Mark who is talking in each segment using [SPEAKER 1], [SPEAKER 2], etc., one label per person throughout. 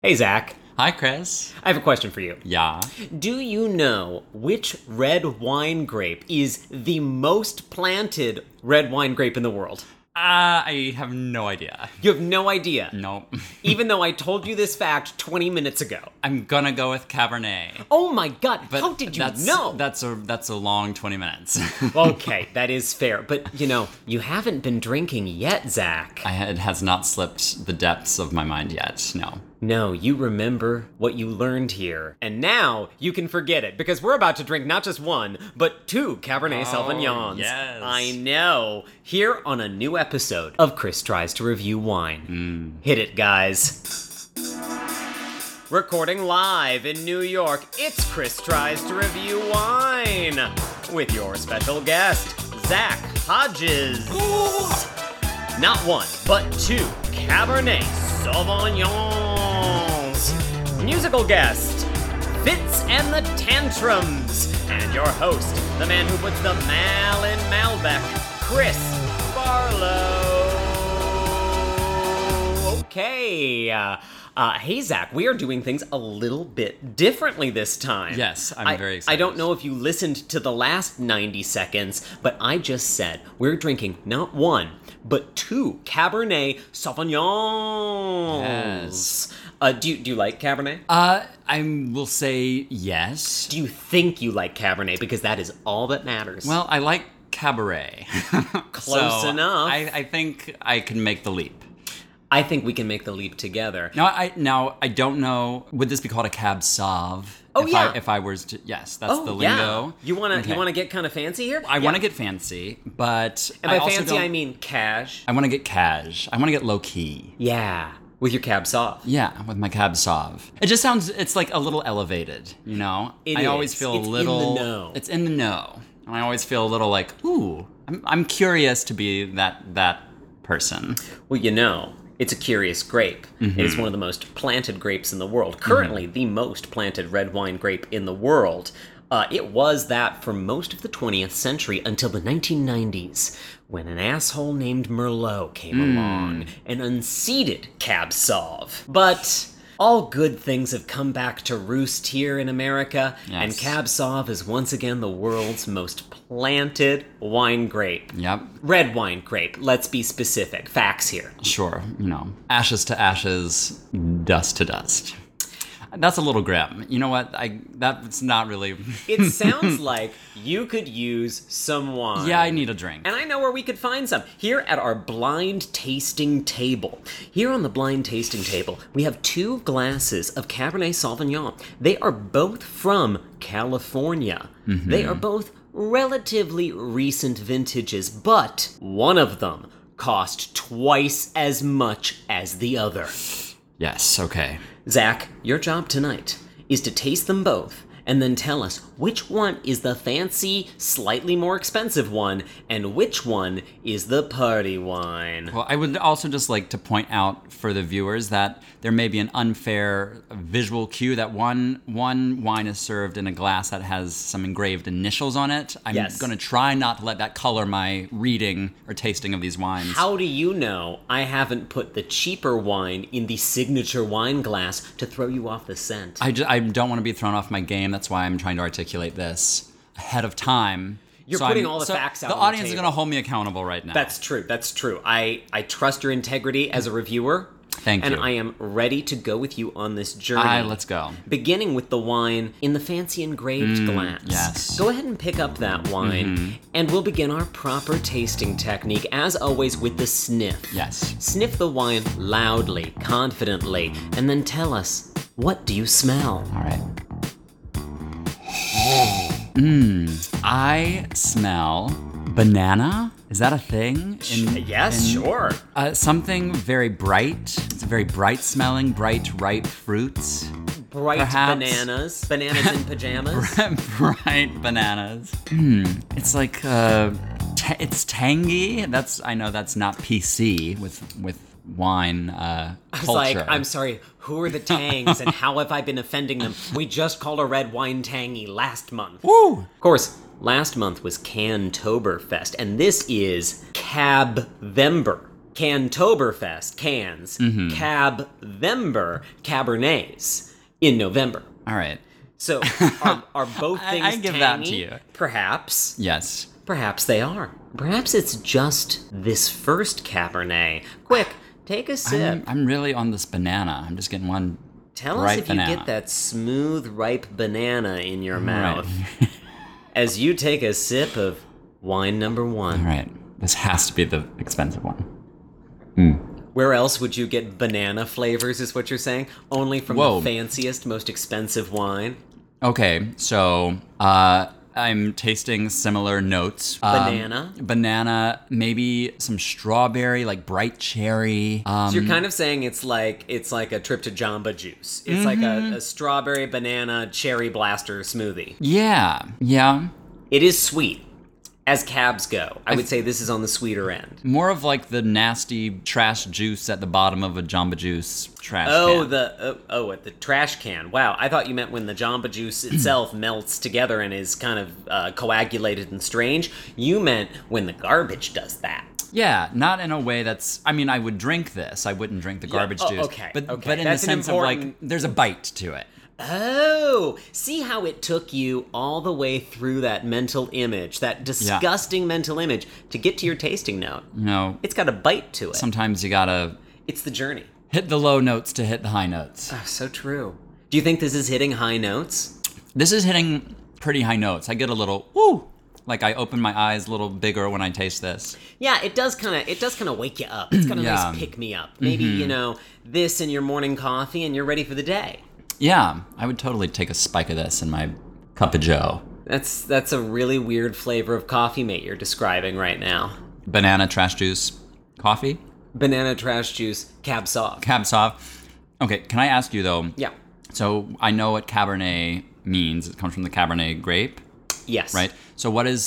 [SPEAKER 1] Hey, Zach.
[SPEAKER 2] Hi, Chris.
[SPEAKER 1] I have a question for you.
[SPEAKER 2] Yeah.
[SPEAKER 1] Do you know which red wine grape is the most planted red wine grape in the world?
[SPEAKER 2] Uh, I have no idea.
[SPEAKER 1] You have no idea,
[SPEAKER 2] Nope.
[SPEAKER 1] even though I told you this fact 20 minutes ago.
[SPEAKER 2] I'm gonna go with Cabernet.
[SPEAKER 1] Oh my god, how did you
[SPEAKER 2] that's,
[SPEAKER 1] know?
[SPEAKER 2] That's a that's a long 20 minutes.
[SPEAKER 1] okay, that is fair, but you know, you haven't been drinking yet, Zach.
[SPEAKER 2] I, it has not slipped the depths of my mind yet. No.
[SPEAKER 1] No, you remember what you learned here, and now you can forget it because we're about to drink not just one, but two Cabernet Sauvignons.
[SPEAKER 2] yes.
[SPEAKER 1] I know. Here on a new episode of Chris Tries to Review Wine. Hit it, guys. Recording live in New York, it's Chris Tries to Review Wine with your special guest, Zach Hodges. Not one, but two Cabernet Sauvignons. Musical guest, Fitz and the Tantrums. And your host, the man who puts the mal in Malbec, Chris Barlow. Okay. Uh, uh, hey, Zach, we are doing things a little bit differently this time.
[SPEAKER 2] Yes, I'm
[SPEAKER 1] I-
[SPEAKER 2] very
[SPEAKER 1] I
[SPEAKER 2] excited.
[SPEAKER 1] don't know if you listened to the last 90 seconds, but I just said we're drinking not one, but two Cabernet Sauvignons.
[SPEAKER 2] Yes.
[SPEAKER 1] Uh, do, you, do you like Cabernet?
[SPEAKER 2] Uh, I will say yes.
[SPEAKER 1] do you think you like Cabernet? Because that is all that matters.
[SPEAKER 2] Well, I like Cabaret.
[SPEAKER 1] Close
[SPEAKER 2] So
[SPEAKER 1] enough.
[SPEAKER 2] I, I think I can make the leap.
[SPEAKER 1] I think we can make the leap together.
[SPEAKER 2] Now I now I don't know. Would this be called a cab sauv?
[SPEAKER 1] Oh,
[SPEAKER 2] if
[SPEAKER 1] yeah.
[SPEAKER 2] I, if I was to yes, that's
[SPEAKER 1] oh,
[SPEAKER 2] the
[SPEAKER 1] yeah.
[SPEAKER 2] lingo.
[SPEAKER 1] You wanna
[SPEAKER 2] Okay.
[SPEAKER 1] you wanna get kind of fancy here?
[SPEAKER 2] I want to get fancy, but
[SPEAKER 1] And
[SPEAKER 2] I
[SPEAKER 1] by
[SPEAKER 2] also
[SPEAKER 1] fancy,
[SPEAKER 2] don't-
[SPEAKER 1] I mean cash.
[SPEAKER 2] I want to get cash. I want to get low key.
[SPEAKER 1] Yeah, with your cab sauv.
[SPEAKER 2] Yeah, with my cab sauv. It just sounds. It's like a little elevated, you know.
[SPEAKER 1] It
[SPEAKER 2] I always
[SPEAKER 1] is.
[SPEAKER 2] feel
[SPEAKER 1] It's
[SPEAKER 2] a
[SPEAKER 1] in the
[SPEAKER 2] little.
[SPEAKER 1] know.
[SPEAKER 2] It's in the know, and I always feel a little like, ooh, I'm, I'm curious to be that that person.
[SPEAKER 1] Well, you know, it's a curious grape. It is one of the most planted grapes in the world. Currently, the most planted red wine grape in the world. Uh, it was that for most of the 20th century until the 1990s, when an asshole named Merlot came along and unseated Cab Sauv. But all good things have come back to roost here in America, and
[SPEAKER 2] Yes.
[SPEAKER 1] Cab Sauv is once again the world's most planted wine grape.
[SPEAKER 2] Yep.
[SPEAKER 1] Red wine grape, let's be specific. Facts here.
[SPEAKER 2] Sure. You know, ashes to ashes, dust to dust. That's a little grim. You know what? I that's not really.
[SPEAKER 1] It sounds like you could use some wine.
[SPEAKER 2] yeah, I need a drink.
[SPEAKER 1] And I know where we could find some here at our blind tasting table. Here on the blind tasting table, we have two glasses of Cabernet Sauvignon. They are both from California.
[SPEAKER 2] Mm-hmm.
[SPEAKER 1] They are both relatively recent vintages, but one of them cost twice as much as the other.
[SPEAKER 2] Yes. Okay.
[SPEAKER 1] Zach, your job tonight is to taste them both and then tell us which one is the fancy, slightly more expensive one and which one is the party wine.
[SPEAKER 2] Well, I would also just like to point out for the viewers that there may be an unfair visual cue that one one wine is served in a glass that has some engraved initials on it. I'm
[SPEAKER 1] Yes.
[SPEAKER 2] going to try not to let that color my reading or tasting of these wines.
[SPEAKER 1] How do you know I haven't put the cheaper wine in the signature wine glass to throw you off the scent?
[SPEAKER 2] I, ju- I don't want to be thrown off my game. That's why I'm trying to articulate this ahead of time.
[SPEAKER 1] You're putting
[SPEAKER 2] I'm-
[SPEAKER 1] all the facts out
[SPEAKER 2] The
[SPEAKER 1] on the
[SPEAKER 2] audience is
[SPEAKER 1] table.
[SPEAKER 2] going to hold me accountable right now.
[SPEAKER 1] That's true. That's true. I I trust your integrity as a reviewer.
[SPEAKER 2] Thank
[SPEAKER 1] and
[SPEAKER 2] you.
[SPEAKER 1] I am ready to go with you on this journey.
[SPEAKER 2] Aye, let's go.
[SPEAKER 1] beginning with the wine in the fancy engraved glass.
[SPEAKER 2] Mm, yes. Mm-hmm.
[SPEAKER 1] Go ahead and pick up that wine, and we'll begin our proper tasting technique, as always, with the sniff.
[SPEAKER 2] Yes.
[SPEAKER 1] Sniff the wine loudly, confidently, and then tell us what do you smell?
[SPEAKER 2] All right. Mmm. I smell banana. Is that a thing? In-
[SPEAKER 1] Yes, sure.
[SPEAKER 2] uh, something very bright. It's a very bright smelling, bright ripe fruits.
[SPEAKER 1] Bright
[SPEAKER 2] Perhaps-
[SPEAKER 1] bananas, bananas in pajamas.
[SPEAKER 2] bright bananas. Mmm. It's like uh, ta it's tangy. That's I know that's not PC with with wine uh,
[SPEAKER 1] I was
[SPEAKER 2] culture.
[SPEAKER 1] like, I'm sorry, who are the tangs and how have I been offending them? We just called a red wine tangy last month.
[SPEAKER 2] Woo!
[SPEAKER 1] Of course, last month was Cantoberfest, and this is Cabvember. Cantoberfest cans,
[SPEAKER 2] Mm-hmm.
[SPEAKER 1] Cab Vember Cabernets in November.
[SPEAKER 2] All right.
[SPEAKER 1] So are, are both
[SPEAKER 2] I-
[SPEAKER 1] things
[SPEAKER 2] I give that to
[SPEAKER 1] tangy?
[SPEAKER 2] you.
[SPEAKER 1] Perhaps.
[SPEAKER 2] Yes.
[SPEAKER 1] Perhaps they are. Perhaps it's just this first Cabernet. Quick, take a sip.
[SPEAKER 2] I'm, I'm really on this banana. I'm just getting one.
[SPEAKER 1] Tell us
[SPEAKER 2] ripe
[SPEAKER 1] if you
[SPEAKER 2] banana.
[SPEAKER 1] get that smooth, ripe banana in your mouth as you take a sip of wine number one.
[SPEAKER 2] All right. This has to be the expensive one.
[SPEAKER 1] Where else would you get banana flavors, is what you're saying? Only from
[SPEAKER 2] Whoa.
[SPEAKER 1] the fanciest, most expensive wine?
[SPEAKER 2] Okay. So uh, I'm tasting similar notes. Um,
[SPEAKER 1] Banana?
[SPEAKER 2] banana, maybe some strawberry, like bright cherry. Um,
[SPEAKER 1] So you're kind of saying it's like it's like a trip to Jamba Juice. It's like
[SPEAKER 2] Mm-hmm.
[SPEAKER 1] a, a strawberry banana cherry blaster smoothie.
[SPEAKER 2] yeah. Yeah.
[SPEAKER 1] It is sweet, as cabs go. I would say this is on the sweeter end.
[SPEAKER 2] More of like the nasty trash juice at the bottom of a Jamba Juice trash
[SPEAKER 1] Oh,
[SPEAKER 2] can.
[SPEAKER 1] the oh, oh, at the trash can. Wow, I thought you meant when the Jamba Juice itself melts together and is kind of uh, coagulated and strange. You meant when the garbage does that.
[SPEAKER 2] yeah, not in a way that's. I mean, I would drink this. I wouldn't drink the garbage
[SPEAKER 1] oh,
[SPEAKER 2] juice.
[SPEAKER 1] okay,
[SPEAKER 2] But
[SPEAKER 1] okay.
[SPEAKER 2] but in
[SPEAKER 1] That's
[SPEAKER 2] the
[SPEAKER 1] an
[SPEAKER 2] sense of like,
[SPEAKER 1] important-
[SPEAKER 2] there's a bite to it.
[SPEAKER 1] Oh, see how it took you all the way through that mental image, that disgusting mental image, to get to your tasting note.
[SPEAKER 2] You know,
[SPEAKER 1] It's got a bite to it.
[SPEAKER 2] sometimes you gotta
[SPEAKER 1] it's the journey.
[SPEAKER 2] hit the low notes to hit the high notes.
[SPEAKER 1] Oh, so true. Do you think this is hitting high notes?
[SPEAKER 2] This is hitting pretty high notes. I get a little woo, like I open my eyes a little bigger when I taste this.
[SPEAKER 1] Yeah, it does kind of it does kind of wake you up. It's got a
[SPEAKER 2] Yeah.
[SPEAKER 1] nice pick me up. Maybe you know this in your morning coffee, and you're ready for the day.
[SPEAKER 2] Yeah, I would totally take a spike of this in my cup of Joe.
[SPEAKER 1] That's that's a really weird flavor of coffee mate you're describing right now.
[SPEAKER 2] Banana trash juice, coffee,
[SPEAKER 1] Banana trash juice, cab sauv.
[SPEAKER 2] cab sauv. Okay, can I ask you though?
[SPEAKER 1] Yeah.
[SPEAKER 2] So I know what Cabernet means. It comes from the Cabernet grape,
[SPEAKER 1] Yes.
[SPEAKER 2] right? So what is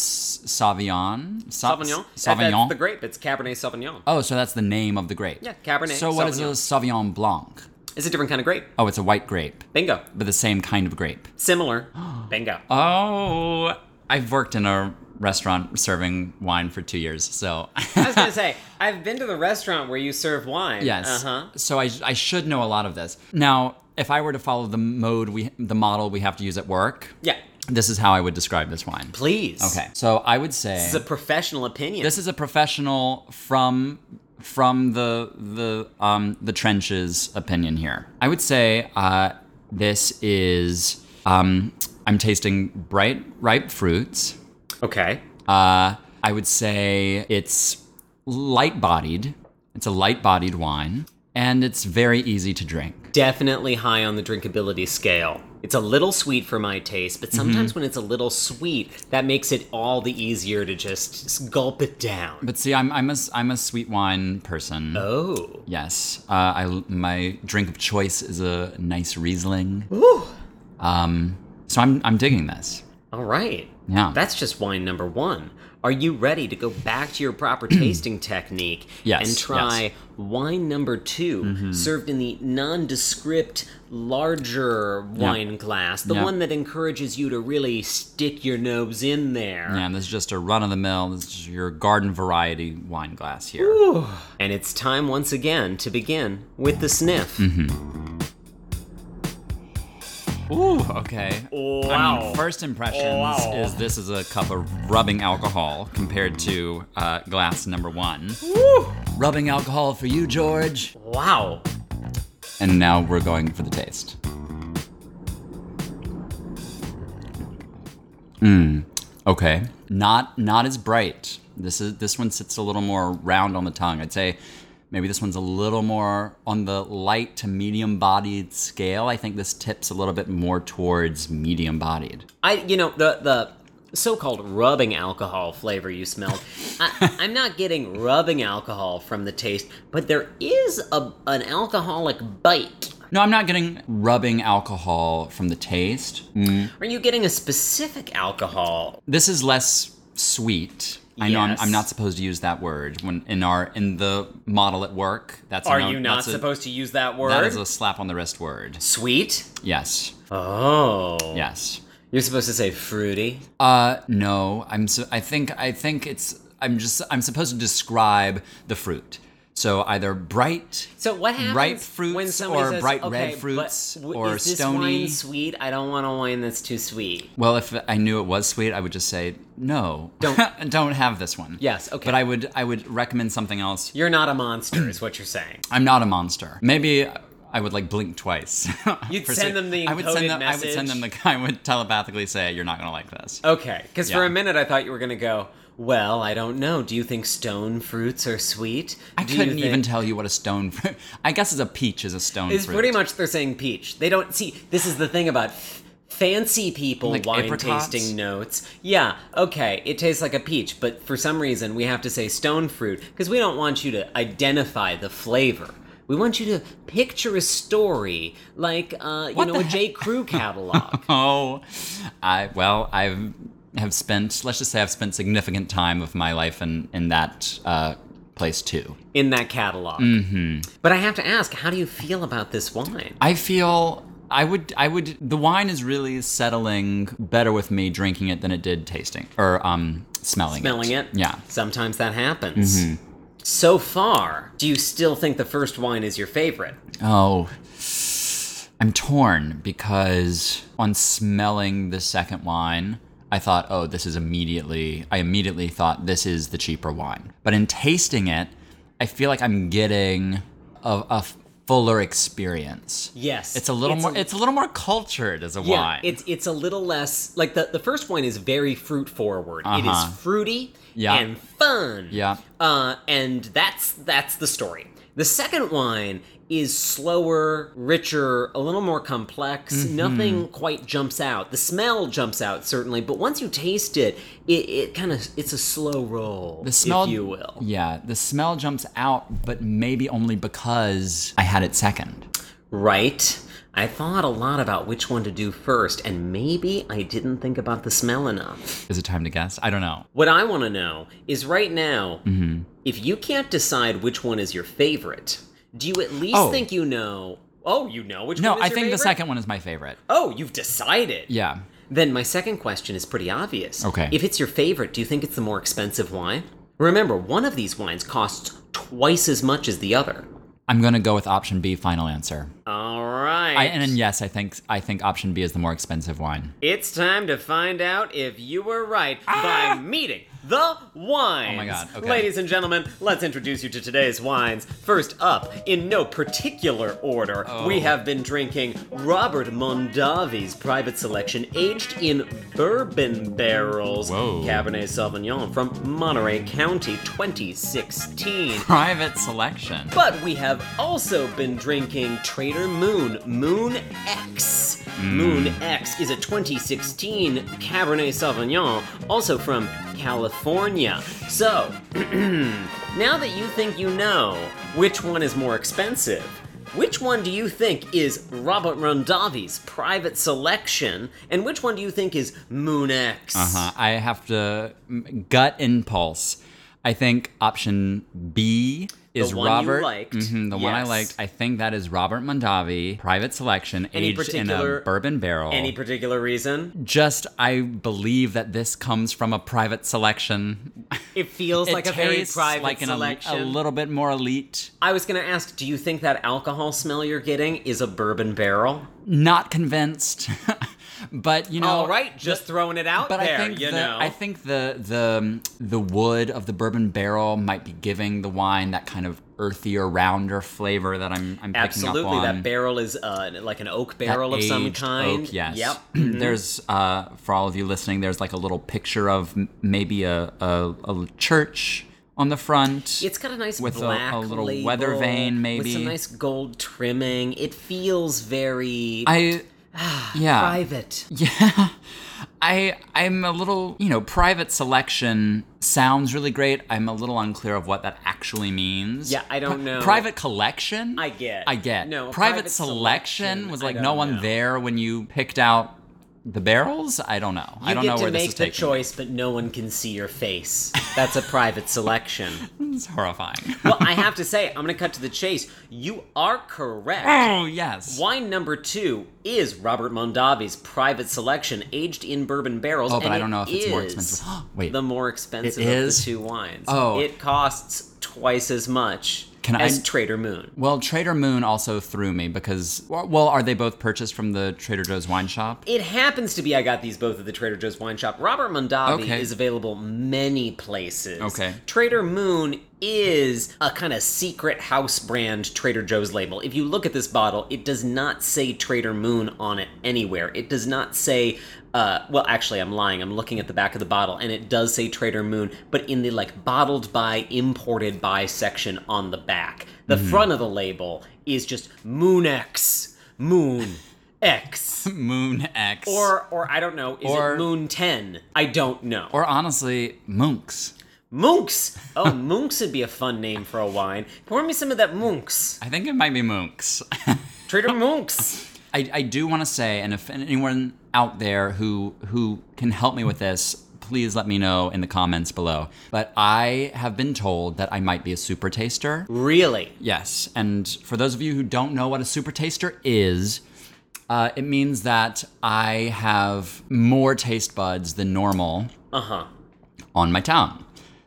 [SPEAKER 2] Sauvignon? Sa-
[SPEAKER 1] Sauvignon. That-
[SPEAKER 2] Sauvignon.
[SPEAKER 1] That's the grape. It's Cabernet Sauvignon.
[SPEAKER 2] oh, so that's the name of the grape.
[SPEAKER 1] Yeah, Cabernet
[SPEAKER 2] So what is
[SPEAKER 1] Sauvignon.
[SPEAKER 2] a Sauvignon Blanc?
[SPEAKER 1] It's a different kind of grape.
[SPEAKER 2] Oh, it's a white grape,
[SPEAKER 1] Bingo.
[SPEAKER 2] but the same kind of grape.
[SPEAKER 1] Similar. Bingo.
[SPEAKER 2] Oh, I've worked in a restaurant serving wine for two years, so
[SPEAKER 1] I was gonna say I've been to the restaurant where you serve wine.
[SPEAKER 2] yes.
[SPEAKER 1] Uh huh.
[SPEAKER 2] So I, I should know a lot of this. Now, if I were to follow the mode we the model we have to use at work,
[SPEAKER 1] Yeah.
[SPEAKER 2] this is how I would describe this wine.
[SPEAKER 1] Please.
[SPEAKER 2] Okay, so I would say
[SPEAKER 1] This is a professional opinion.
[SPEAKER 2] this is a professional from from the the um the trenches opinion here. I would say uh, this is um I'm tasting bright ripe fruits.
[SPEAKER 1] okay.
[SPEAKER 2] Uh, I would say it's light bodied. It's a light bodied wine, and it's very easy to drink.
[SPEAKER 1] Definitely high on the drinkability scale. It's a little sweet for my taste, but sometimes
[SPEAKER 2] Mm-hmm.
[SPEAKER 1] when it's a little sweet, that makes it all the easier to just s- gulp it down.
[SPEAKER 2] But see, I'm I'm a s- I'm a sweet wine person.
[SPEAKER 1] Oh.
[SPEAKER 2] Yes, uh, I my drink of choice is a nice Riesling.
[SPEAKER 1] Whew.
[SPEAKER 2] Um, so I'm I'm digging this.
[SPEAKER 1] All right.
[SPEAKER 2] Yeah.
[SPEAKER 1] That's just wine number one. Are you ready to go back to your proper tasting technique
[SPEAKER 2] Yes, Mm-hmm.
[SPEAKER 1] and try wine number 2 served in the nondescript larger wine glass, the
[SPEAKER 2] Yeah.
[SPEAKER 1] one that encourages you to really stick your nose in there?
[SPEAKER 2] yeah, this is just a run of the mill. This is your garden variety wine glass here.
[SPEAKER 1] And it's time once again to begin with the sniff.
[SPEAKER 2] Mm-hmm. Ooh, okay. I
[SPEAKER 1] Wow. Oh,
[SPEAKER 2] mean, first impressions
[SPEAKER 1] Wow.
[SPEAKER 2] is this is a cup of rubbing alcohol compared to uh, glass number one. Rubbing alcohol for you, George.
[SPEAKER 1] Wow.
[SPEAKER 2] And now we're going for the taste. Mmm. Mm, Okay. Not not as bright. This is this one sits a little more round on the tongue. I'd say maybe this one's a little more on the light to medium bodied scale. I think this tips a little bit more towards medium bodied.
[SPEAKER 1] I you know the the so-called rubbing alcohol flavor you smelled. I, I'm not getting rubbing alcohol from the taste, but there is a an alcoholic bite.
[SPEAKER 2] No, I'm not getting rubbing alcohol from the taste.
[SPEAKER 1] Are you getting a specific alcohol?
[SPEAKER 2] This is less sweet. I know I'm,
[SPEAKER 1] Yes.
[SPEAKER 2] I'm not supposed to use that word when in our in the model at work. That's
[SPEAKER 1] Are
[SPEAKER 2] no-
[SPEAKER 1] you not
[SPEAKER 2] that's a-
[SPEAKER 1] supposed to use that word?
[SPEAKER 2] That is a slap on the wrist word.
[SPEAKER 1] Sweet?
[SPEAKER 2] Yes.
[SPEAKER 1] Oh.
[SPEAKER 2] Yes.
[SPEAKER 1] You're supposed to say fruity.
[SPEAKER 2] Uh no, I'm so, I think I think it's I'm just I'm supposed to describe the fruit. So either bright,
[SPEAKER 1] So what happens
[SPEAKER 2] ripe fruits
[SPEAKER 1] when somebody
[SPEAKER 2] or
[SPEAKER 1] says,
[SPEAKER 2] bright
[SPEAKER 1] okay,
[SPEAKER 2] red
[SPEAKER 1] but
[SPEAKER 2] fruits
[SPEAKER 1] w-
[SPEAKER 2] or
[SPEAKER 1] is this
[SPEAKER 2] stony-
[SPEAKER 1] wine sweet? I don't want a wine that's too sweet.
[SPEAKER 2] Well, if I knew it was sweet, I would just say no.
[SPEAKER 1] Don't-
[SPEAKER 2] don't have this one.
[SPEAKER 1] Yes, okay.
[SPEAKER 2] But I would I would recommend something else.
[SPEAKER 1] You're not a monster, is what you're saying.
[SPEAKER 2] I'm not a monster. Maybe I would like blink twice.
[SPEAKER 1] You'd
[SPEAKER 2] For
[SPEAKER 1] send
[SPEAKER 2] sweet-
[SPEAKER 1] them the
[SPEAKER 2] I would send
[SPEAKER 1] encoded
[SPEAKER 2] them. I would send them the. I would telepathically say you're not gonna like this.
[SPEAKER 1] Okay, because for
[SPEAKER 2] Yeah.
[SPEAKER 1] a minute I thought you were gonna go. Well, I don't know. Do you think stone fruits are sweet?
[SPEAKER 2] I
[SPEAKER 1] Do you
[SPEAKER 2] couldn't even
[SPEAKER 1] think-"
[SPEAKER 2] tell you what a stone fruit. I guess as a peach is a stone
[SPEAKER 1] It's
[SPEAKER 2] fruit.
[SPEAKER 1] pretty much they're saying peach. They don't see. This is the thing about f- fancy people
[SPEAKER 2] Like
[SPEAKER 1] wine
[SPEAKER 2] apricots?
[SPEAKER 1] tasting notes. Yeah, okay, it tastes like a peach, but for some reason we have to say stone fruit because we don't want you to identify the flavor. We want you to picture a story like uh, you
[SPEAKER 2] What
[SPEAKER 1] know
[SPEAKER 2] the
[SPEAKER 1] a
[SPEAKER 2] he-
[SPEAKER 1] J Crew catalog.
[SPEAKER 2] Oh, I well, I've have spent. Let's just say I've spent significant time of my life in in that uh, place too.
[SPEAKER 1] in that catalog. Mm-hmm. But I have to ask, how do you feel about this wine?
[SPEAKER 2] I feel I would I would the wine is really settling better with me drinking it than it did tasting or um smelling it.
[SPEAKER 1] Smelling it?
[SPEAKER 2] Yeah. Mm-hmm.
[SPEAKER 1] Sometimes that happens. So far, do you still think the first wine is your favorite?
[SPEAKER 2] Oh. I'm torn because on smelling the second wine, I thought, "Oh, this is immediately I immediately thought this is the cheaper wine." But in tasting it, I feel like I'm getting a, a fuller experience.
[SPEAKER 1] Yes.
[SPEAKER 2] It's a little more it's a little more cultured as a
[SPEAKER 1] yeah,
[SPEAKER 2] wine.
[SPEAKER 1] It's it's a little less like the the first wine is very fruit forward. It
[SPEAKER 2] Uh-huh.
[SPEAKER 1] is fruity
[SPEAKER 2] Yeah.
[SPEAKER 1] and fun.
[SPEAKER 2] Yeah.
[SPEAKER 1] Uh, and that's that's the story. The second wine is slower, richer, a little more complex.
[SPEAKER 2] Mm-hmm.
[SPEAKER 1] Nothing quite jumps out. The smell jumps out certainly, but once you taste it, it, it kind of it's a slow roll,
[SPEAKER 2] The smell,
[SPEAKER 1] if you will.
[SPEAKER 2] Yeah, the smell jumps out, but maybe only because I had it second.
[SPEAKER 1] Right? I thought a lot about which one to do first, and maybe I didn't think about the smell enough.
[SPEAKER 2] Is it time to guess? I don't know.
[SPEAKER 1] What I want to know is right now,
[SPEAKER 2] Mm-hmm.
[SPEAKER 1] if you can't decide which one is your favorite, do you at least
[SPEAKER 2] Oh.
[SPEAKER 1] think you know? Oh, you know which
[SPEAKER 2] No,
[SPEAKER 1] one is
[SPEAKER 2] I
[SPEAKER 1] your
[SPEAKER 2] think the
[SPEAKER 1] favorite?
[SPEAKER 2] second one is my favorite.
[SPEAKER 1] Oh, you've decided.
[SPEAKER 2] Yeah.
[SPEAKER 1] Then my second question is pretty obvious.
[SPEAKER 2] Okay.
[SPEAKER 1] If it's your favorite, do you think it's the more expensive wine? Remember, one of these wines costs twice as much as the other.
[SPEAKER 2] I'm gonna go with option B, final answer.
[SPEAKER 1] All right.
[SPEAKER 2] I, and then yes, I think I think option B is the more expensive wine.
[SPEAKER 1] It's time to find out if you were right by meeting the wines. Oh
[SPEAKER 2] Ah! my God, okay.
[SPEAKER 1] Ladies and gentlemen, let's introduce you to today's wines. First up, in no particular order, we
[SPEAKER 2] Oh.
[SPEAKER 1] have been drinking Robert Mondavi's private selection aged in bourbon barrels.
[SPEAKER 2] Whoa.
[SPEAKER 1] Cabernet Sauvignon from Monterey County 2016.
[SPEAKER 2] Private selection.
[SPEAKER 1] But we have also been drinking Trader Moon, Moon X. Moon X is a 2016 Cabernet Sauvignon, also from California. So, now that you think you know which one is more expensive, which one do you think is Robert Rondavi's private selection, and which one do you think is Moon X?
[SPEAKER 2] Uh-huh. I have to mm, gut impulse. I think option B is
[SPEAKER 1] one you
[SPEAKER 2] Robert.
[SPEAKER 1] liked,
[SPEAKER 2] Mhm, the one I
[SPEAKER 1] yes.
[SPEAKER 2] liked. I think that is Robert Mondavi, private selection,
[SPEAKER 1] Any
[SPEAKER 2] aged in a
[SPEAKER 1] particular-
[SPEAKER 2] bourbon barrel.
[SPEAKER 1] Any particular reason?
[SPEAKER 2] just I believe that this comes from a private selection.
[SPEAKER 1] It feels like a very private
[SPEAKER 2] like an el-
[SPEAKER 1] selection.
[SPEAKER 2] a little bit more elite.
[SPEAKER 1] I was going to ask, do you think that alcohol smell you're getting is a bourbon barrel?
[SPEAKER 2] Not convinced, but you know.
[SPEAKER 1] All right, just throwing it out
[SPEAKER 2] But
[SPEAKER 1] there,
[SPEAKER 2] I think
[SPEAKER 1] you
[SPEAKER 2] the,
[SPEAKER 1] know.
[SPEAKER 2] I think the the um, the wood of the bourbon barrel might be giving the wine that kind of earthier, rounder flavor that I'm I'm picking up
[SPEAKER 1] Absolutely,
[SPEAKER 2] on.
[SPEAKER 1] that barrel is uh, like an oak barrel of some
[SPEAKER 2] aged
[SPEAKER 1] kind.
[SPEAKER 2] Oak, yes.
[SPEAKER 1] Yep. Mm-hmm.
[SPEAKER 2] there's uh, for all of you listening. There's like a little picture of m- maybe a a, a church on the front.
[SPEAKER 1] It's got a nice
[SPEAKER 2] With a-
[SPEAKER 1] black
[SPEAKER 2] a little
[SPEAKER 1] label,
[SPEAKER 2] weather vein,
[SPEAKER 1] with
[SPEAKER 2] maybe.
[SPEAKER 1] some nice gold trimming. It feels very
[SPEAKER 2] I yeah
[SPEAKER 1] private.
[SPEAKER 2] yeah. I I'm a little you know private selection sounds really great. I'm a little unclear of what that actually means.
[SPEAKER 1] Yeah, I don't know.
[SPEAKER 2] Private collection.
[SPEAKER 1] I get.
[SPEAKER 2] I get.
[SPEAKER 1] No, a
[SPEAKER 2] private,
[SPEAKER 1] private
[SPEAKER 2] selection,
[SPEAKER 1] selection,
[SPEAKER 2] was
[SPEAKER 1] I
[SPEAKER 2] like
[SPEAKER 1] don't
[SPEAKER 2] no one
[SPEAKER 1] know.
[SPEAKER 2] there when you picked out the barrels. I don't know. I
[SPEAKER 1] You
[SPEAKER 2] don't
[SPEAKER 1] get
[SPEAKER 2] know
[SPEAKER 1] to
[SPEAKER 2] where
[SPEAKER 1] make
[SPEAKER 2] this is
[SPEAKER 1] the
[SPEAKER 2] taking. me.
[SPEAKER 1] choice, but no one can see your face. That's a private selection.
[SPEAKER 2] It's horrifying.
[SPEAKER 1] well, I have to say, I'm going to cut to the chase. You are correct.
[SPEAKER 2] Oh yes.
[SPEAKER 1] Wine number two is Robert Mondavi's private selection, aged in bourbon barrels.
[SPEAKER 2] Oh, but
[SPEAKER 1] and
[SPEAKER 2] I don't know if
[SPEAKER 1] it
[SPEAKER 2] it's more
[SPEAKER 1] is
[SPEAKER 2] expensive. Wait.
[SPEAKER 1] the more expensive
[SPEAKER 2] It
[SPEAKER 1] of
[SPEAKER 2] is?
[SPEAKER 1] the two wines.
[SPEAKER 2] Oh.
[SPEAKER 1] It costs twice as much
[SPEAKER 2] Can
[SPEAKER 1] as
[SPEAKER 2] I?
[SPEAKER 1] Trader Moon.
[SPEAKER 2] Well, Trader Moon also threw me because well, are they both purchased from the Trader Joe's wine shop?
[SPEAKER 1] It happens to be I got these both at the Trader Joe's wine shop. Robert Mondavi
[SPEAKER 2] Okay.
[SPEAKER 1] is available many places.
[SPEAKER 2] Okay.
[SPEAKER 1] Trader Moon is a kind of secret house brand Trader Joe's label. If you look at this bottle, it does not say Trader Moon on it anywhere. It does not say uh, well, actually, I'm lying. I'm looking at the back of the bottle, and it does say Trader Moon, but in the like bottled by, imported by section on the back. The
[SPEAKER 2] Mm-hmm.
[SPEAKER 1] front of the label is just Moon X, Moon X.
[SPEAKER 2] Moon X
[SPEAKER 1] Or, or I don't know. Is
[SPEAKER 2] Or-
[SPEAKER 1] it Moon Ten? I don't know.
[SPEAKER 2] or honestly, Monks.
[SPEAKER 1] Munks. Oh, Munks would be a fun name for a wine. Pour me some of that Munks.
[SPEAKER 2] I think it might be Monks.
[SPEAKER 1] Trader Munks.
[SPEAKER 2] I, I do want to say, and if anyone out there who who can help me with this, please let me know in the comments below. But I have been told that I might be a super taster.
[SPEAKER 1] Really?
[SPEAKER 2] Yes, and for those of you who don't know what a super taster is, uh, it means that I have more taste buds than normal
[SPEAKER 1] Uh huh.
[SPEAKER 2] on my tongue.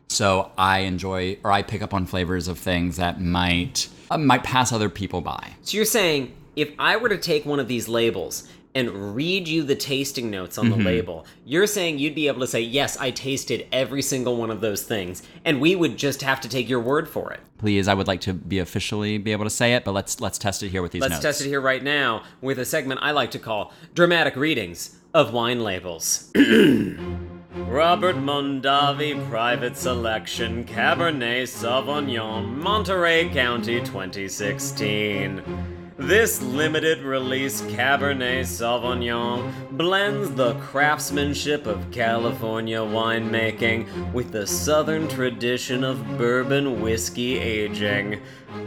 [SPEAKER 2] So I enjoy or I pick up on flavors of things that might uh, might pass other people by.
[SPEAKER 1] So you're saying if I were to take one of these labels and read you the tasting notes on
[SPEAKER 2] Mm-hmm.
[SPEAKER 1] the label, you're saying you'd be able to say, yes, I tasted every single one of those things, and we would just have to take your word for it.
[SPEAKER 2] Please, I would like to be officially be able to say it, but let's let's test it here with these
[SPEAKER 1] Let's
[SPEAKER 2] notes.
[SPEAKER 1] test it here right now with a segment I like to call Dramatic Readings of Wine Labels. Robert Mondavi Private Selection Cabernet Sauvignon, Monterey County 2016. This limited release Cabernet Sauvignon blends the craftsmanship of California winemaking with the southern tradition of bourbon whiskey aging.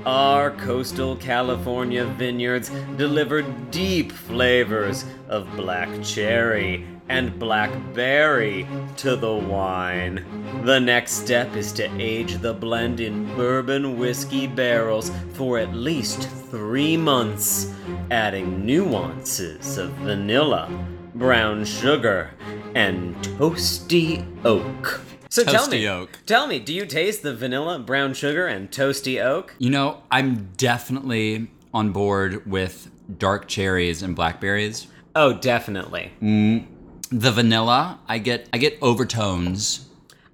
[SPEAKER 1] Our coastal California vineyards deliver deep flavors of black cherry and blackberry to the wine. The next step is to age the blend in bourbon whiskey barrels for at least three months, adding nuances of vanilla, brown sugar, and toasty oak. So tell me,
[SPEAKER 2] Toasty oak.
[SPEAKER 1] tell me, do you taste the vanilla, brown sugar, and toasty oak?
[SPEAKER 2] You know, I'm definitely on board with dark cherries and blackberries.
[SPEAKER 1] Oh, definitely.
[SPEAKER 2] The vanilla, I get I get overtones.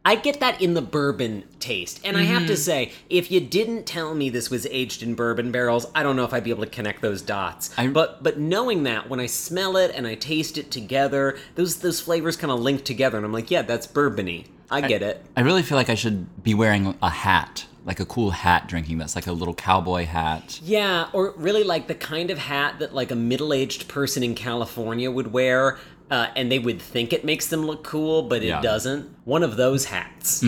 [SPEAKER 1] I get that in the bourbon taste. And I have to say, if you didn't tell me this was aged in bourbon barrels, I don't know if I'd be able to connect those dots.
[SPEAKER 2] I-
[SPEAKER 1] but but knowing that when I smell it and I taste it together, those those flavors kind of link together and I'm like, yeah, that's bourbony. I get it.
[SPEAKER 2] I really feel like I should be wearing a hat, like a cool hat drinking this, like a little cowboy hat.
[SPEAKER 1] Yeah, or really like the kind of hat that like a middle-aged person in California would wear. Uh, and they would think it makes them look cool, but it
[SPEAKER 2] Yeah.
[SPEAKER 1] doesn't. One of those hats.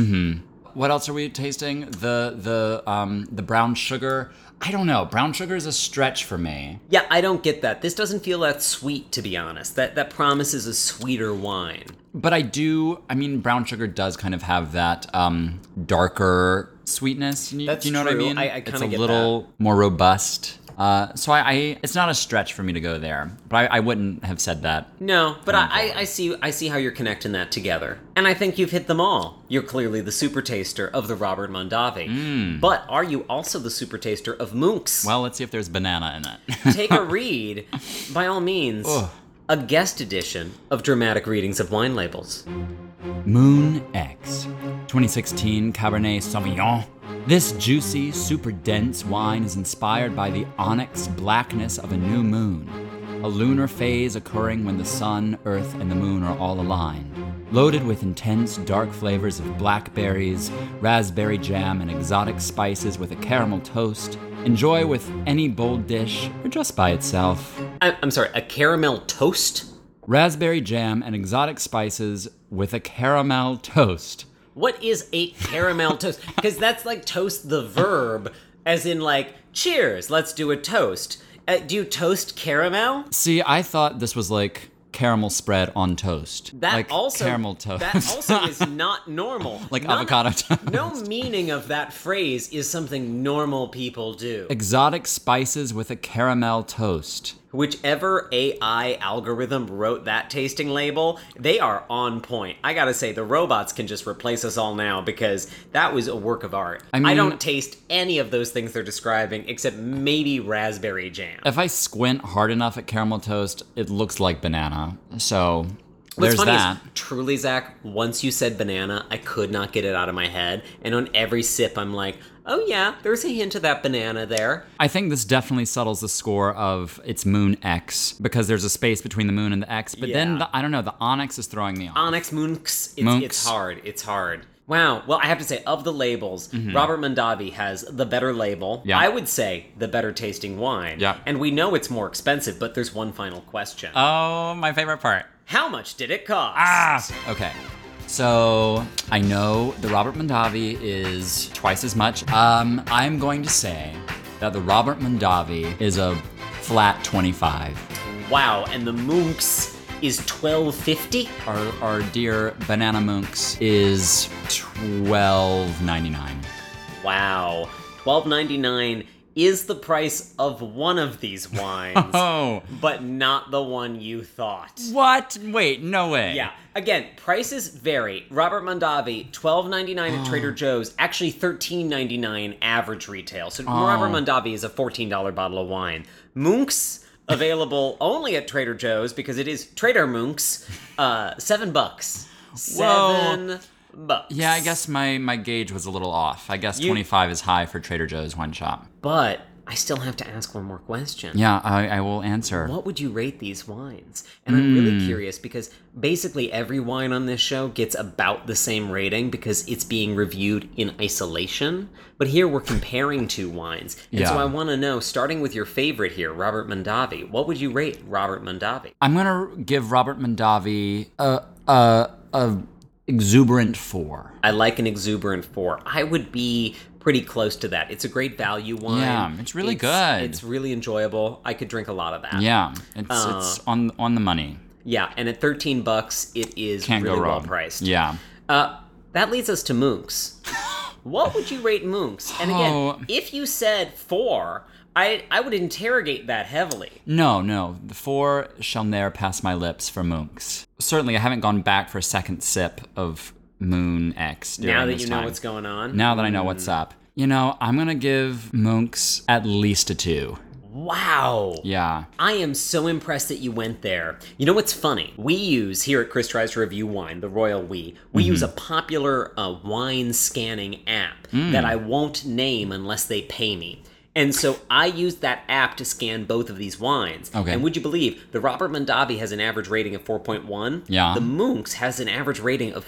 [SPEAKER 2] What else are we tasting? The the um the brown sugar. I don't know. Brown sugar is a stretch for me.
[SPEAKER 1] Yeah, I don't get that. This doesn't feel that sweet, to be honest. That that promises a sweeter wine.
[SPEAKER 2] But I do I mean brown sugar does kind of have that um darker sweetness. You-
[SPEAKER 1] That's
[SPEAKER 2] do you know
[SPEAKER 1] true.
[SPEAKER 2] what I mean?
[SPEAKER 1] I- I
[SPEAKER 2] it's
[SPEAKER 1] kinda
[SPEAKER 2] a
[SPEAKER 1] get
[SPEAKER 2] little more robust. Uh, so I, I it's not a stretch for me to go there. But I, I wouldn't have said that.
[SPEAKER 1] No, but I, I, I see I see how you're connecting that together, and I think you've hit them all. You're clearly the super taster of the Robert Mondavi, but are you also the super taster of Munch's?
[SPEAKER 2] Hmm. Well, let's see if there's banana in it.
[SPEAKER 1] Take a read, by all means.
[SPEAKER 2] Ugh.
[SPEAKER 1] A guest edition of dramatic readings of wine labels.
[SPEAKER 2] Moon X 2016 Cabernet Sauvignon. This juicy, super dense wine is inspired by the onyx blackness of a new moon, a lunar phase occurring when the sun, earth, and the moon are all aligned. Loaded with intense, dark flavors of blackberries, raspberry jam, and exotic spices with a caramel toast, enjoy with any bold dish or just by itself.
[SPEAKER 1] I, I'm sorry, a caramel toast.
[SPEAKER 2] Raspberry jam and exotic spices with a caramel toast.
[SPEAKER 1] What is a caramel toast? Because that's like toast the verb, as in like cheers. Let's do a toast. Uh, do you toast caramel?
[SPEAKER 2] See, I thought this was like caramel spread on toast.
[SPEAKER 1] That
[SPEAKER 2] like
[SPEAKER 1] also
[SPEAKER 2] caramel toast.
[SPEAKER 1] That also is not normal.
[SPEAKER 2] Like
[SPEAKER 1] None-
[SPEAKER 2] avocado toast.
[SPEAKER 1] No meaning of that phrase is something normal people do.
[SPEAKER 2] Exotic spices with a caramel toast.
[SPEAKER 1] whichever AI algorithm wrote that tasting label, they are on point. I gotta say, the robots can just replace us all now because that was a work of art. I,
[SPEAKER 2] mean-
[SPEAKER 1] don't taste any of those things they're describing except maybe raspberry jam.
[SPEAKER 2] If I squint hard enough at caramel toast, it looks like banana. So
[SPEAKER 1] What's
[SPEAKER 2] there's
[SPEAKER 1] funny is,
[SPEAKER 2] that.
[SPEAKER 1] truly, Zach, once you said banana, I could not get it out of my head. And on every sip, I'm like, oh yeah, there's a hint of that banana there.
[SPEAKER 2] I think this definitely settles the score of it's moon X because there's a space between the moon and the X. But then
[SPEAKER 1] Yeah. Uh,
[SPEAKER 2] the, I don't know, the onyx is throwing me off.
[SPEAKER 1] Onyx Munks. It's,
[SPEAKER 2] Munks.
[SPEAKER 1] it's hard. It's hard. Wow. Well, I have to say, of the labels, Robert Mondavi has the better label.
[SPEAKER 2] Mm-hmm. Yeah.
[SPEAKER 1] I would say the better tasting wine.
[SPEAKER 2] Yeah.
[SPEAKER 1] And we know it's more expensive, but there's one final question.
[SPEAKER 2] oh, my favorite part.
[SPEAKER 1] How much did it cost?
[SPEAKER 2] Ah. Okay. So I know the Robert Mondavi is twice as much. Um, I'm going to say that the Robert Mondavi is a flat 25.
[SPEAKER 1] Wow. And the Munks is twelve fifty.
[SPEAKER 2] Our, our dear Banana Monks is 12.99.
[SPEAKER 1] Wow. Twelve ninety nine is the price of one of these wines,
[SPEAKER 2] Oh,
[SPEAKER 1] but not the one you thought.
[SPEAKER 2] what? Wait, no way.
[SPEAKER 1] Yeah. Again, prices vary. Robert Mondavi, twelve ninety nine at Trader Joe's, actually thirteen ninety nine average retail. So Robert Mondavi is a fourteen dollar bottle of wine. Munks available only at Trader Joe's because it is Trader Munks, uh, seven bucks. Seven bucks.
[SPEAKER 2] Yeah, I guess my, my gauge was a little off. I guess 25 is high for Trader Joe's wine shop.
[SPEAKER 1] But I still have to ask one more question.
[SPEAKER 2] Yeah, I, I will answer.
[SPEAKER 1] What would you rate these wines? And I'm really
[SPEAKER 2] Hmm.
[SPEAKER 1] curious because basically every wine on this show gets about the same rating because it's being reviewed in isolation. But here we're comparing two wines. And so
[SPEAKER 2] Yeah.
[SPEAKER 1] I want to know, starting with your favorite here, Robert Mondavi, what would you rate Robert Mondavi?
[SPEAKER 2] I'm gonna give Robert Mondavi a a, a exuberant four.
[SPEAKER 1] I like an exuberant four. I would be pretty close to that. It's a great value wine.
[SPEAKER 2] Yeah, it's really good.
[SPEAKER 1] It's really enjoyable. I could drink a lot of that.
[SPEAKER 2] Yeah, it's
[SPEAKER 1] Uh,
[SPEAKER 2] it's on on the money.
[SPEAKER 1] Yeah, and at 13 bucks, it is
[SPEAKER 2] Can't
[SPEAKER 1] really
[SPEAKER 2] go wrong.
[SPEAKER 1] well priced.
[SPEAKER 2] Yeah,
[SPEAKER 1] Uh, that leads us to Moonks. what would you rate Moonks? And again,
[SPEAKER 2] Oh.
[SPEAKER 1] if you said four, I I would interrogate that heavily.
[SPEAKER 2] no, no, the four shall ne'er pass my lips for Moonks. Certainly, I haven't gone back for a second sip of Moon X.
[SPEAKER 1] Now
[SPEAKER 2] during
[SPEAKER 1] that
[SPEAKER 2] this
[SPEAKER 1] you know
[SPEAKER 2] time.
[SPEAKER 1] what's Mm. going on.
[SPEAKER 2] now that I know what's up, you know, I'm gonna give Moonks at least a two.
[SPEAKER 1] Wow.
[SPEAKER 2] Yeah,
[SPEAKER 1] I am so impressed that you went there. You know what's funny? We use here at Chris Tries to Review Wine, the Royal We, we use
[SPEAKER 2] Mm-hmm.
[SPEAKER 1] a popular uh, wine scanning app
[SPEAKER 2] Mm.
[SPEAKER 1] that I won't name unless they pay me. And so I used that app to scan both of these wines.
[SPEAKER 2] Okay.
[SPEAKER 1] And would you believe the Robert Mondavi has an average rating of 4.1?
[SPEAKER 2] Yeah.
[SPEAKER 1] The Munks has an average rating of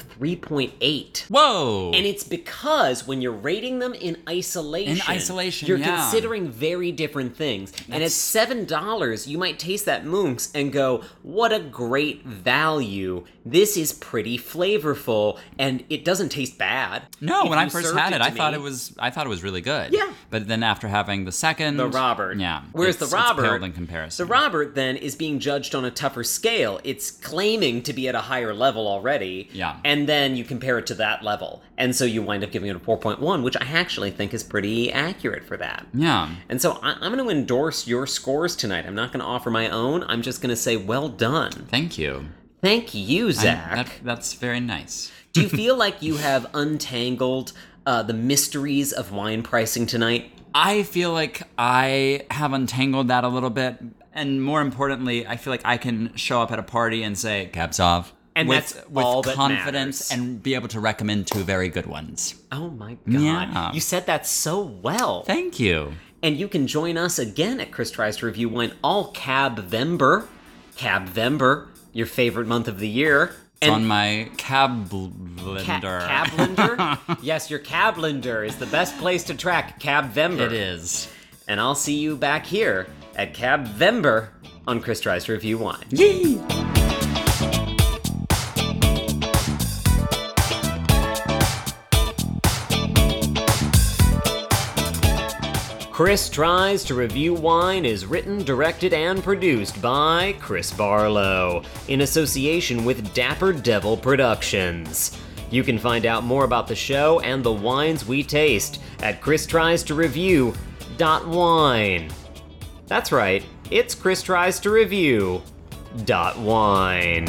[SPEAKER 1] 3.8.
[SPEAKER 2] whoa.
[SPEAKER 1] And it's because when you're rating them in isolation,
[SPEAKER 2] In isolation,
[SPEAKER 1] you're
[SPEAKER 2] yeah.
[SPEAKER 1] considering very different things. And at seven dollars, you might taste that Moonks and go, "What a great value! This is pretty flavorful, and it doesn't taste bad."
[SPEAKER 2] No,
[SPEAKER 1] If
[SPEAKER 2] when I
[SPEAKER 1] you
[SPEAKER 2] first
[SPEAKER 1] served
[SPEAKER 2] had it,
[SPEAKER 1] to
[SPEAKER 2] I thought
[SPEAKER 1] me-
[SPEAKER 2] it was I thought it was really good.
[SPEAKER 1] Yeah.
[SPEAKER 2] But then after having the second,
[SPEAKER 1] the Robert.
[SPEAKER 2] yeah.
[SPEAKER 1] Whereas
[SPEAKER 2] it's-
[SPEAKER 1] the Robert,
[SPEAKER 2] it's paled in comparison.
[SPEAKER 1] the Robert then is being judged on a tougher scale. It's claiming to be at a higher level already.
[SPEAKER 2] Yeah.
[SPEAKER 1] And then you compare it to that level, and so you wind up giving it a four point one, which I actually think is pretty accurate for that.
[SPEAKER 2] yeah.
[SPEAKER 1] And so I, I'm going to endorse your scores tonight. I'm not going to offer my own. I'm just going to say, well done.
[SPEAKER 2] Thank you.
[SPEAKER 1] Thank you, Zach.
[SPEAKER 2] That, that's very nice.
[SPEAKER 1] Do you feel like you have untangled uh, the mysteries of wine pricing tonight?
[SPEAKER 2] I feel like I have untangled that a little bit, and more importantly, I feel like I can show up at a party and say Gabsov.
[SPEAKER 1] And
[SPEAKER 2] with,
[SPEAKER 1] that's
[SPEAKER 2] with
[SPEAKER 1] all that
[SPEAKER 2] confidence
[SPEAKER 1] matters.
[SPEAKER 2] and be able to recommend two very good ones.
[SPEAKER 1] Oh my God.
[SPEAKER 2] Yeah.
[SPEAKER 1] You said that so well.
[SPEAKER 2] Thank you.
[SPEAKER 1] And you can join us again at Chris Tries to Review Wine all Cab Vember. Cab Vember, your favorite month of the year.
[SPEAKER 2] It's on my cablander.
[SPEAKER 1] Ca- Cablender? yes, your Cablender is the best place to track Cab Vember.
[SPEAKER 2] it is.
[SPEAKER 1] and I'll see you back here at Cab Vember on Chris Tries to Review Wine.
[SPEAKER 2] Yee.
[SPEAKER 1] Chris Tries to Review Wine is written, directed, and produced by Chris Barlow in association with Dapper Devil Productions. You can find out more about the show and the wines we taste at Chris Tries to Review. Wine. That's right. It's Chris tries to review dot wine.